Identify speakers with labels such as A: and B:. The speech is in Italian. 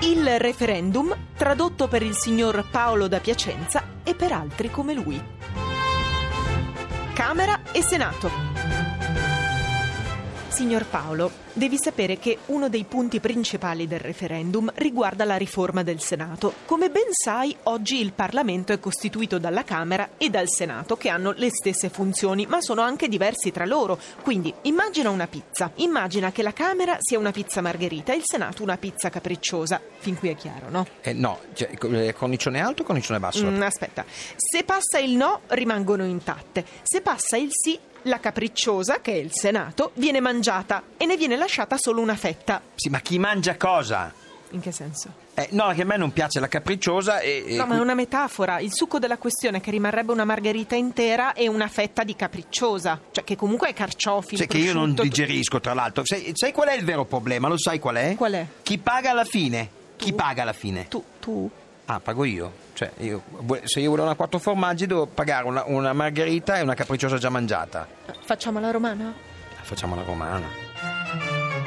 A: Il referendum, tradotto per il signor Paolo da Piacenza e per altri come lui. Camera e Senato. Signor Paolo, devi sapere che uno dei punti principali del referendum riguarda la riforma del Senato. Come ben sai, oggi il Parlamento è costituito dalla Camera e dal Senato, che hanno le stesse funzioni, ma sono anche diversi tra loro. Quindi immagina una pizza. Immagina che la Camera sia una pizza margherita e il Senato una pizza capricciosa. Fin qui è chiaro, no?
B: Eh, no, cioè, co- eh, cornicione alto o cornicione basso?
A: Mm, aspetta, se passa il no rimangono intatte, se passa il sì la capricciosa, che è il Senato, viene mangiata e ne viene lasciata solo una fetta.
B: Sì, ma chi mangia cosa?
A: In che senso?
B: Eh, no, che a me non piace la capricciosa e... e
A: No, ma è una metafora. Il succo della questione è che rimarrebbe una margherita intera e una fetta di capricciosa, cioè che comunque è carciofi. il
B: Cioè, che io non
A: prosciutto, tu-
B: digerisco, tra l'altro. Sai, sai qual è il vero problema? Lo sai qual è?
A: Qual è?
B: Chi paga alla fine? Chi
A: Tu.
B: paga alla fine?
A: Tu, tu?
B: Ah, pago io. Cioè, io- se io volevo una quattro formaggi devo pagare una, una margherita e una capricciosa già mangiata.
A: Facciamo la romana?
B: Facciamo la romana.